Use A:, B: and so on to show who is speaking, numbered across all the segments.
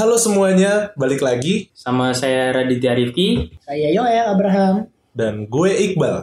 A: Halo semuanya, balik lagi
B: Sama saya Raditya Rifki.
C: Saya Yoel Abraham.
A: dan gue Iqbal.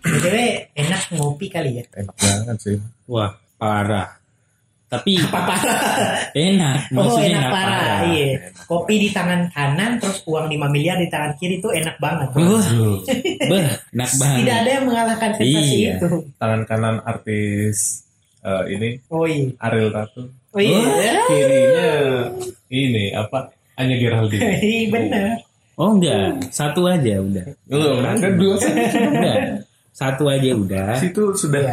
C: BTW enak ngopi kali ya.
D: enak banget sih
B: Wah, parah. Tapi enak,
C: Oh
B: maksudnya
C: enak
B: enak
C: parah,
B: parah.
C: iya. Kopi di tangan kanan, terus uang 5 miliar di tangan kiri itu enak banget.
B: Wah, beh, enak banget.
C: Tidak ada yang mengalahkan sensasi
B: Iya.
C: itu.
D: tangan kanan artis eh, ini
C: Oh iya.
D: Ariel Tatum
C: Oh
D: Eh.
C: iya.
D: kirinya ini apa Anya Geraldine
C: Iya benar.
B: Oh enggak, satu aja udah.
D: lu kan dua
B: Enggak, satu aja udah.
D: situ sudah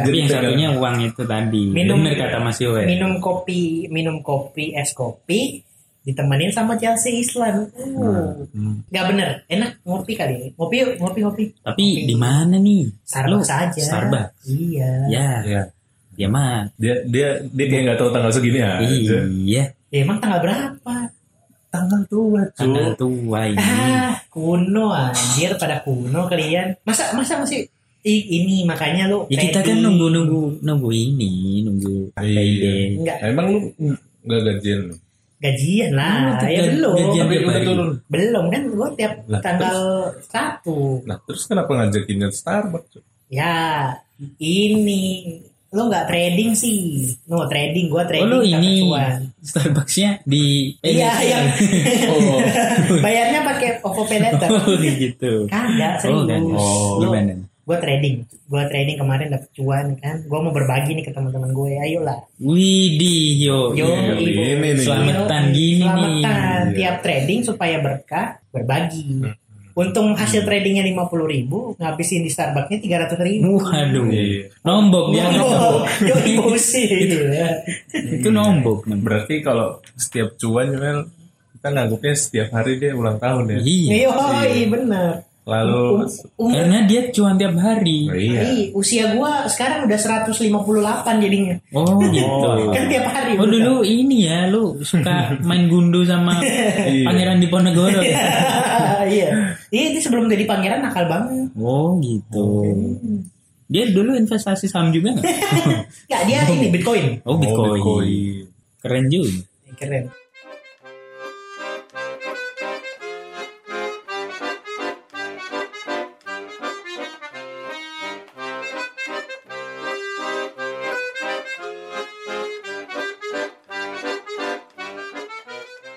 B: Iya. Tapi yang
D: pegangan.
B: satunya uang itu tadi.
C: Minum-
B: Bener kata Mas Yoel.
C: Minum kopi, minum kopi, es kopi ditemenin sama Chelsea Island. Uh. Gak bener, enak ngopi kali ya. Ngopi yuk, ngopi ngopi.
B: Tapi di mana nih?
C: Starbucks
B: Lu,
C: aja.
B: Starbucks.
C: Iya.
B: Ya,
D: Iya.
B: ya mah.
D: dia dia dia kayak nggak tahu tanggal segini ya
B: Iya,
C: Ya, emang tanggal berapa?
D: tanggal tua
B: tanggal tua ini.
C: Ah, kuno anjir pada kuno kalian. Masa masa masih I- ini makanya lu
B: Ya kita kan nunggu-nunggu nunggu ini, nunggu
D: Iya.
B: payday.
C: Enggak
D: emang lu nggak gajian lu?
C: gajian lah.
B: Lu
C: ya
B: gajian- Iya,
C: belum.
B: gajian
D: Tapi
B: tiap
D: udah
B: hari.
D: turun.
C: Belum kan gua tiap
D: Lah,
C: tanggal satu.
D: nah terus kenapa ngajakinnya Starbucks cuy?
C: Ya, ini lu nggak trading sih. No trading,
B: Oh
C: gua trading
B: lu
C: dapat
B: ini Eh,
C: cuan.
B: Starbucksnya di
C: Iya, yang
D: oh
C: bayarnya pakai OVP letter.
B: Oh, gitu.
C: Kagak
B: Oh,
C: serius.
B: kagak.
C: Lu-
B: Gimana?
C: Gua trading. Gua trading kemarin dapet cuan kan. Gua mau berbagi nih ke teman-teman gue. Ayolah.
B: Widih yo.
C: Yo,
B: yo.
C: Ibu.
D: Oh, iya, ini Iya. nih
B: Selamatan
C: Yo,
B: gini
C: Selamatan
D: nih.
C: tiap trading supaya berkah berbagi.
D: Mm-hmm.
C: Untung hasil tradingnya 50.000 ribu, ngabisin di Starbucksnya 300
B: nih.
C: ribu.
B: Waduh.
D: Iya.
B: Nombok ya.
C: yo emosi gitu ya.
B: Itu nombok. nombok.
D: berarti kalau setiap cuan Yoel, kita nganggupnya setiap hari dia ulang tahun ya
B: Iya.
C: Yo, bener. Oh,
D: lalu
C: Umur,
B: Karena dia cuan tiap hari.
D: Oh. iya
C: Ih, usia gua sekarang udah 158 jadinya.
B: Oh gitu.
C: Kan tiap hari.
B: Oh dulu ini ya lu suka main gundu sama pangeran Diponegoro. ya?
C: iya. Iya, ini sebelum jadi pangeran nakal banget.
B: Oh gitu. Dia dulu investasi saham juga nggak?
C: Enggak, dia ini Bitcoin.
B: Oh Bitcoin.
D: Bitcoin.
B: Keren juga.
C: Keren.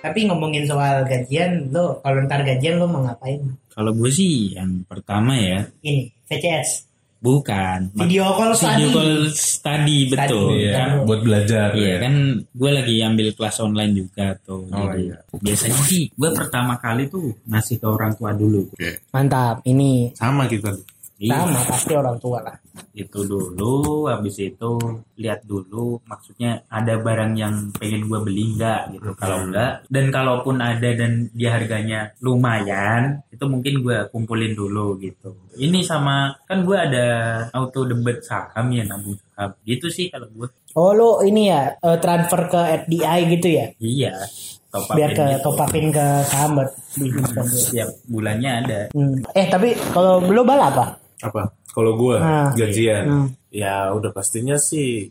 C: Tapi ngomongin soal gajian, lo kalau ntar gajian lo mau ngapain?
B: Kalau gue sih yang pertama ya
C: Ini VCS,
B: bukan
C: video call
B: video
C: study.
B: call study betul
D: Iya,
B: kan
D: buat belajar
B: iya
D: ya.
B: kan gue lagi ambil kelas online juga tuh
D: Oh,
B: Jadi,
D: iya.
B: biasanya sih gue pertama kali tuh ngasih ke orang tua dulu
C: Mantap, ini
D: sama kita
B: Iya,
C: sama pasti orang tua lah.
B: itu dulu habis itu lihat dulu maksudnya ada barang yang pengen gue beli nggak gitu kalau
C: Hmm.
B: enggak dan kalaupun ada dan dia harganya lumayan itu mungkin gue kumpulin dulu gitu ini sama kan gue ada auto debit saham ya nabung saham gitu sih kalau gue
C: Oh lo ini ya eh, transfer ke FDI gitu ya?
B: Iya. Top up
C: biar ke
D: gitu.
B: ini
C: top upin ke sahabat di Instagram.
B: setiap bulannya ada.
C: Hmm. Eh tapi kalau lo bala apa?
D: apa kalau gua
C: Ah.
D: gajian
C: Hmm.
D: ya udah pastinya sih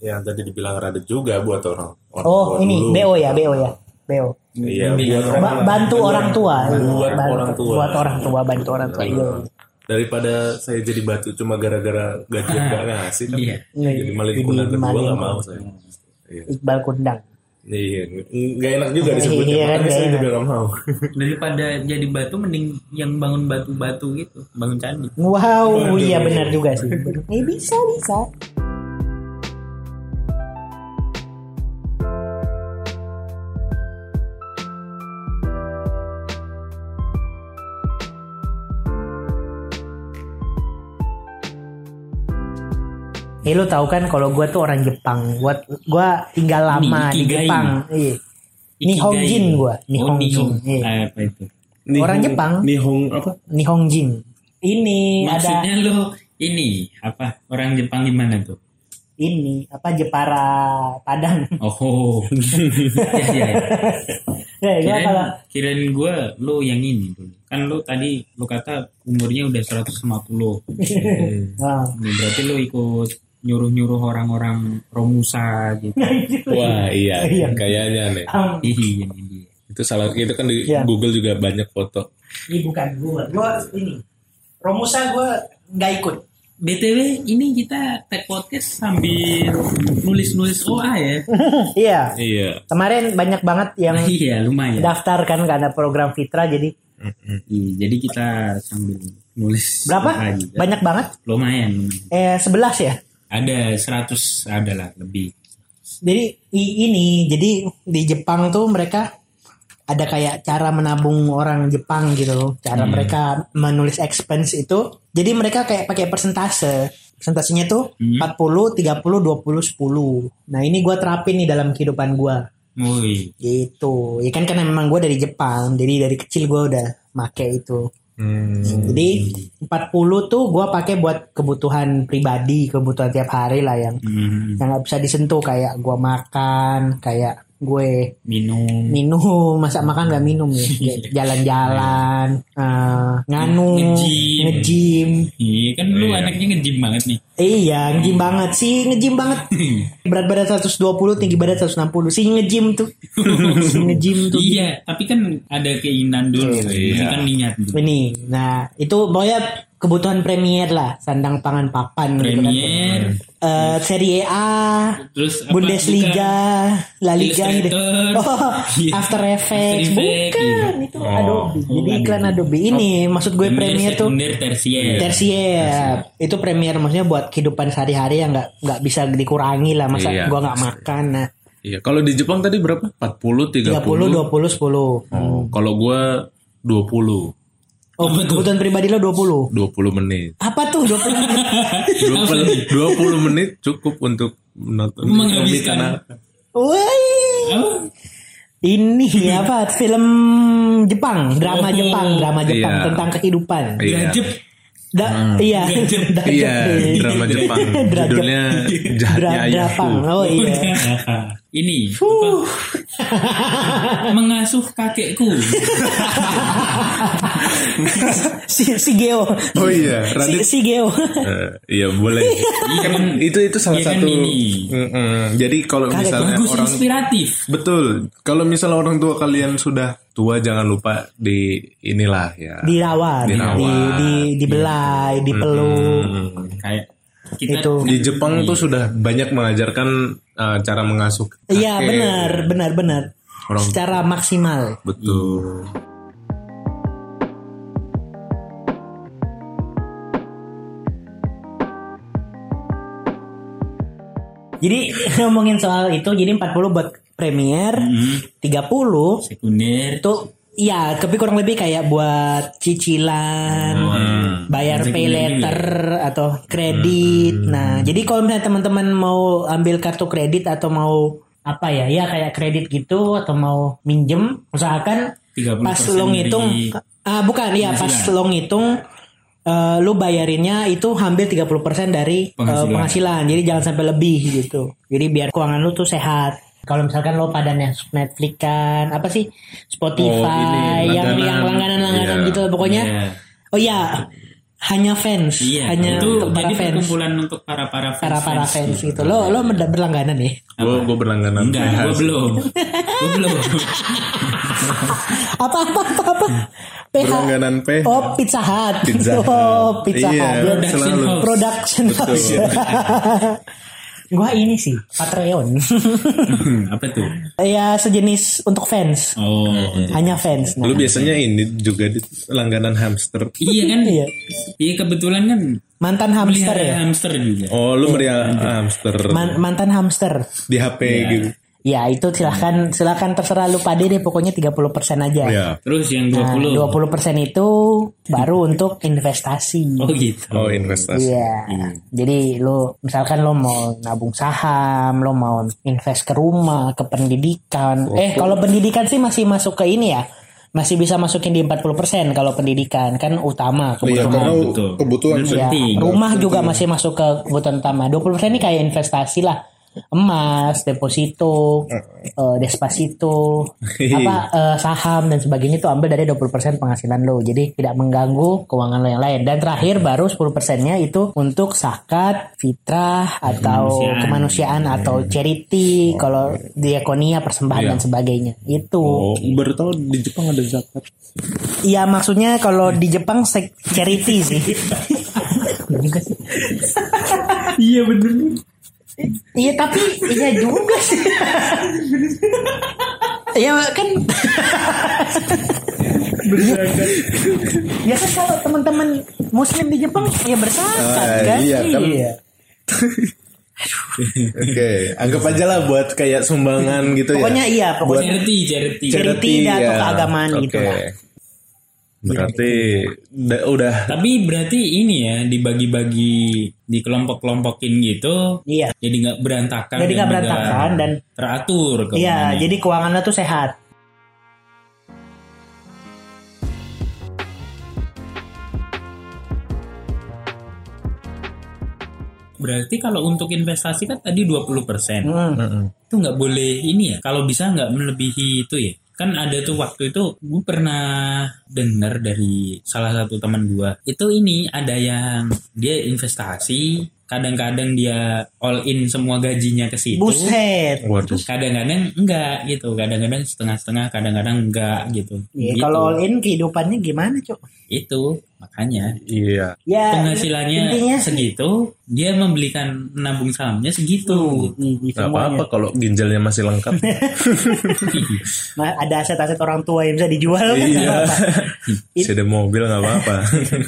D: yang tadi dibilang Radit juga buat orang, orang
C: Oh
D: tua
C: ini
D: dulu.
C: BO ya BO ya BO.
D: iya
B: Ini
D: buat
B: BO.
C: Ba-
D: orang-
C: bantu
D: buat-
C: orang tua.
D: buat
C: Bantu-
D: orang tua
C: Buat orang tua bantu orang tua. Iya.
D: daripada saya jadi batu cuma gara-gara gajian gak ngasih kan
B: Iya.
D: jadi maling
C: Jadi
D: kunang kedua
C: maling.
D: gak mau saya
C: Iqbal Kundang.
D: iya nggak enak juga disebutnya
C: Iya,
D: makanya
C: nggak
D: saya
C: enak.
D: juga gak mau
B: Daripada jadi batu mending yang bangun batu-batu gitu, bangun candi.
C: Wow, iya benar juga sih. Eh bisa bisa. Eh lu tahu kan kalau gua tuh orang Jepang. Gua gua tinggal lama di
B: Ikigai.
C: Jepang. Iya.
B: Ikigai.
C: Nihonjin gua,
B: Oh,
C: Nihonjin.
B: Nihong.
C: Iya.
B: Eh, Apa itu?
D: Nihong-
C: Orang Jepang.
D: Nihong apa?
C: Nihonjin. Ini ada
B: Maksudnya lu ini apa orang Jepang gimana tuh?
C: ini apa Jepara Padang.
B: Oh, ya, ya, ya.
C: ya, gua
B: Kirain,
C: kalau
B: kirain gue lu yang ini dulu. Kan lu tadi lu kata umurnya udah 150.
C: Ah.
B: Berarti lu ikut nyuruh-nyuruh orang-orang Romusa gitu.
C: Nah.
D: Wah iya,
C: Iya.
D: kayaknya nih.
C: Am,
B: Iya, ini dia.
D: Itu salah itu kan di
C: Iya.
D: Google juga banyak foto.
C: ini bukan gua. Gua ini. Romusa gua nggak ikut.
B: BTW ini kita tag podcast sambil nulis-nulis OA ya.
C: Iya.
D: Iya.
C: Kemarin banyak banget yang
B: iya, lumayan.
C: daftar kan karena program Fitra jadi
B: Iya, jadi kita sambil nulis OA
C: berapa?
B: juga.
C: Banyak banget.
B: Lumayan, lumayan.
C: Eh 11 ya.
B: Ada 100 adalah lebih.
C: Jadi i- ini jadi di Jepang tuh mereka ada kayak cara menabung orang Jepang gitu, cara mereka menulis expense itu. Jadi mereka kayak pakai persentase. Persentasenya tuh
B: Hmm.
C: 40, 30, 20, 10. Nah, ini gua terapin nih dalam kehidupan gua.
B: Woi.
C: Gitu. Ya kan karena memang gua dari Jepang, jadi dari kecil gua udah make itu. Jadi 40 tuh gua pakai buat kebutuhan pribadi, kebutuhan tiap hari lah yang
B: Hmm,
C: yang nggak bisa disentuh kayak gue makan kayak gue
B: minum
C: minum masa makan nggak minum ya jalan-jalan eh, nganu
B: Nge-gym.
C: ngejim
B: Iya kan
D: Oh,
B: lu anaknya ngejim banget nih.
C: iya ngejim banget sih ngejim banget berat badan 120 tinggi badan 160 sih ngejim tuh si ngejim tuh
B: iya, tapi kan ada keinginan dulu.
D: Iya.
B: Bukan niat dulu.
C: ini nah itu pokoknya kebutuhan premier lah sandang pangan papan gitu kan.
B: Premier,
C: Eh, Serie A
B: terus apa,
C: Bundesliga, La Liga gitu.
B: Illustrator. Iya. Oh,
C: Oh,
B: iya.
C: After Effects.
B: After Effects,
C: Bukan, itu
D: Oh.
C: Adobe. Jadi
B: bukan
C: iklan Adobe ini
B: Oh.
C: maksud gue
B: Bukan.
C: Premiere tuh
B: sekunder, tersier.
C: tersier. Itu Premiere maksudnya buat kehidupan sehari-hari yang nggak nggak bisa dikurangi lah masa
D: Iya.
C: gue nggak makan. Nah,
D: Iya, kalau di Jepang tadi berapa? 40
C: 30,
D: 30.
C: 20, 10.
D: Oh, kalau gua 20.
C: Oh, kebutuhan pribadi lo 20.
D: 20 menit.
C: Apa tuh 20 menit?
D: 20, 20 menit cukup untuk menonton
B: Menghabiskan.
D: komik karena
C: Woi.
B: Oh,
C: Ini apa? Film Jepang, drama
B: Oh.
C: Jepang, drama Jepang
D: Iya.
C: tentang kehidupan.
D: Iya.
B: gajep.
C: Da, iya, Da-
D: Hmm. Iya,
C: iya.
D: drama Jepang.
C: Drajep.
D: Judulnya Jahatnya
C: Dra- Drapang.
D: Ayahku.
C: Oh iya.
B: ini apa? mengasuh kakekku.
C: si
D: Iya,
C: si Geo.
D: Oh iya,
C: Si,
D: Radit.
C: si Geo.
D: Eh, iya, boleh.
B: Iya kan,
D: itu itu salah
B: iya kan
D: satu.
B: ini.
D: Mm-mm. Jadi kalau
C: Kaget,
D: misalnya
B: Bagus
D: orang
B: inspiratif.
D: betul, kalau misalnya orang tua kalian sudah tua jangan lupa di inilah ya.
C: Dirawat, di
D: Dirawat.
C: di di dibelai, dipeluk.
D: Mm.
B: Kayak kita
C: Itu.
D: Di Jepang tuh sudah banyak mengajarkan eh, cara mengasuh. kakek.
C: Iya, benar, benar, benar.
D: Orang-
C: Secara maksimal.
D: Betul.
C: Jadi ngomongin soal itu jadi 40 buat premier,
B: Hmm,
D: Mm-hmm.
C: 30
B: sekunder.
C: itu ya tapi kurang lebih kayak buat cicilan bayar pay letter atau kredit nah jadi kalau misalnya teman-teman mau ambil kartu kredit atau mau apa ya ya kayak kredit gitu atau mau minjem usahakan
B: 30%
C: pas lo ngitung
B: dari-
C: ah bukan ya pas
B: Penghasilan.
C: lo ngitung eh, lo bayarinnya itu hampir 30% dari eh,
B: Penghasilan.
C: penghasilan jadi jangan sampai lebih gitu jadi biar keuangan lo tuh sehat kalau misalkan lo pada Netflix kan apa sih Spotify
D: ini,
C: yang
D: langganan.
C: yang langganan-langganan
D: Iya.
C: gitu pokoknya
B: Oh, Iya.
C: oh ya hanya fans
B: Iya,
C: hanya
B: itu
C: untuk para
B: jadi
C: fans
B: perkumpulan untuk para para fans.
C: para para fans gitu lo lo meda- berlangganan ya
D: Gue gue berlangganan.
B: Enggak,
D: PH.
B: gue belum. gue belum.
C: apa apa apa apa PH
D: Hmm. Berlangganan PH.
C: oh Pizza Hut
D: Pizza Hut.
C: oh Pizza
D: Iya,
C: Hut
B: Production
D: selalu.
B: house.
C: production
D: Betul.
C: house gua ini sih Patreon
B: Apa tuh?
C: ya sejenis untuk fans
B: Oh.
C: hanya fans nah.
D: Lu biasanya ini juga di langganan hamster.
B: Iya kan?
C: Iya.
B: Iya kebetulan kan
C: mantan hamster
B: pelihara
C: ya
B: hamster juga.
D: iya. Oh, lu meriah hamster
C: Man- mantan hamster
D: di HP gitu.
C: Ya itu silahkan silahkan terserah lu pade deh pokoknya 30% aja.
D: Iya.
B: Terus yang
C: Nah,
B: 20.
C: 20% itu baru untuk investasi.
B: Oh gitu.
D: Oh investasi.
C: Iya. Jadi lo misalkan lo mau nabung saham, lo mau invest ke rumah, ke pendidikan. Eh kalau pendidikan sih masih masuk ke ini ya. Masih bisa masukin di 40% kalau pendidikan kan utama
E: Iya,
C: kebutuhan.
D: Oh,
E: karena
B: betul.
E: kebutuhan
B: Dan
E: sih.
B: penting.
C: Iya. Rumah juga
E: Iya.
C: masih masuk ke kebutuhan utama. 20% ini kayak investasi lah. Emas, deposito, eh, despasito,
E: Iya.
C: apa eh, saham dan sebagainya itu ambil dari 20% penghasilan lo. Jadi tidak mengganggu keuangan lo yang lain. Dan terakhir baru 10%-nya itu untuk zakat, fitrah atau
B: Kemanusiaan.
C: kemanusiaan
E: Iya.
C: atau
E: Oh.
C: charity, kalau diakonia, persembahan dan sebagainya. Itu.
D: Oh.
E: Baru tahu di Jepang ada zakat.
C: Iya maksudnya kalau di Jepang sek- charity sih. Iya juga sih. Ah,
B: Iya bener.
C: Iya tapi iya juga sih. Iya kan. ya kan kalau teman-teman Muslim di Jepang ya bersakat
E: Ah,
C: kan.
E: iya, kan. Oke,
D: Anggap aja lah buat kayak sumbangan gitu
C: Pokoknya
D: ya.
C: iya pokoknya
B: Charity, charity.
C: charity dan atau keagamaan
D: Oke.
C: gitu lah.
D: Berarti da- udah
B: Tapi berarti ini ya dibagi-bagi di kelompok-kelompokin gitu.
C: Iya.
B: Jadi nggak berantakan.
C: Jadi nggak
B: dan
C: berantakan
B: nggak
C: dan-
B: teratur.
C: Iya
B: keuangannya.
C: jadi keuangannya tuh sehat.
B: Berarti kalau untuk investasi kan tadi 20 persen.
C: Hmm.
B: Itu nggak boleh ini ya. Kalau bisa nggak melebihi itu ya. Kan ada tuh waktu itu gue pernah dengar dari salah satu teman gua Itu ini ada yang dia investasi. Kadang-kadang dia all in semua gajinya ke situ.
C: Buset.
D: waduh.
B: Kadang-kadang enggak gitu. Kadang-kadang setengah-setengah. Kadang-kadang enggak gitu.
C: Ya,
B: Gitu.
C: Kalau all in kehidupannya gimana cok?
B: Itu makanya.
D: Iya.
C: Ya
B: penghasilannya
C: intinya
B: segitu, dia membelikan nabung sahamnya segitu.
C: Ini- ini
D: Gak
C: semuanya.
D: apa-apa kalau ginjalnya masih lengkap.
C: Ma- ada aset-aset orang tua yang bisa dijual kan nggak apa-apa.
D: Masih ada mobil nggak apa-apa.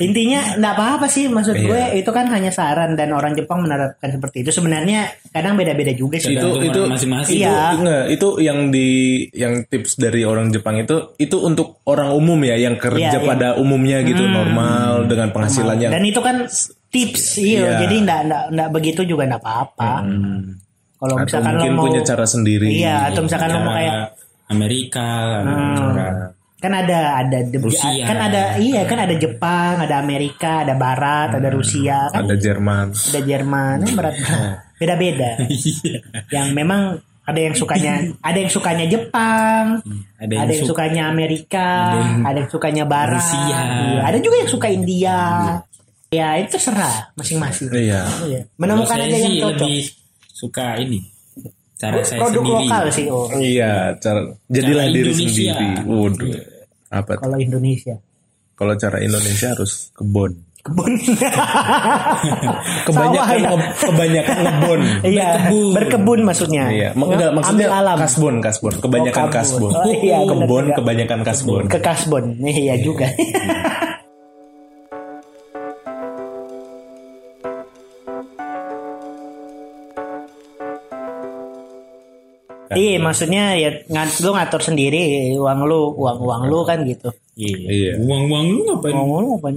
C: intinya nggak apa-apa sih maksud gue
D: Iya.
C: itu kan hanya saran dan orang Jepang menerapkan seperti itu sebenarnya kadang beda-beda juga sih
B: Tergantung
D: itu-
B: orang masing-masing.
C: Iya.
D: Itu enggak, itu yang di yang tips dari orang Jepang itu itu untuk orang umum ya yang
C: Iya, iya.
D: kerja pada umumnya gitu normal dengan penghasilannya.
C: dan itu kan tips iya
D: Iya. Mm-hmm.
C: jadi nggak nggak nggak begitu juga nggak apa-apa kalau
D: Atau
C: misalkan lo
D: mungkin
C: mau
D: punya cara sendiri. gitu.
C: iya atau misalkan lo mau
B: Cara
C: kayak
B: Amerika,
C: Hmm.
B: cara
C: kan ada ada de-
B: Rusia.
C: kan ada iya kan ada Jepang ada Amerika ada Barat ada Rusia kan
D: Mm-hmm. Ada Iya. Jerman.
C: ada Jerman eh, berat beda-beda
D: Iya.
C: yang memang ada yang sukanya ada yang sukanya Jepang
D: Mm.
B: ada
C: ada,
B: yang,
C: yang
B: suka
C: sukanya Amerika ada yang, sukanya Barat
B: Rusia.
C: Iya, ada juga yang suka India ya itu serah masing-masing
D: Iya.
C: Iya. menemukan
B: Kalau
C: aja
B: saya
C: yang
B: sih
C: cocok
B: lebih suka ini cara saya
C: produk
B: sendiri.
C: lokal sih oh.
D: Iya, cara jadilah diri
B: Indonesia.
D: sendiri. Waduh. Apa tuh?
C: kalau Indonesia
D: Kalau cara Indonesia harus kebon.
C: kebun Sawah,
D: Kebanyakan
C: ya.
D: nge- kebanyakan ngebon.
C: iya berkebun, maksudnya
D: Iya, mak- enggak,
C: Ambil
D: maksudnya
C: alam
D: kasbon, kasbon, kebanyakan
C: Oh,
D: kasbon.
C: kasbon. Oh, iya, benar
D: kebon
C: juga.
D: kebanyakan kasbon.
C: ke kasbon iya juga Iya, maksudnya ya ngat, lu ngatur sendiri uang lu, uang uang lu kan gitu.
D: Iya.
B: Iya. Uang-uang lu ngapain?
C: Uang lu apa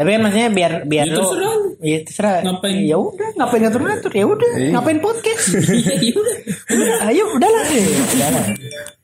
C: Tapi kan maksudnya biar biar
B: Ya,
C: lu
B: terserah.
C: Iya, terserah.
B: Ngapain?
C: Ya udah, ngapain ngatur-ngatur? Ya udah, ngapain podcast?
B: Iya, iya udah.
C: udah, ayo udahlah. Udahlah.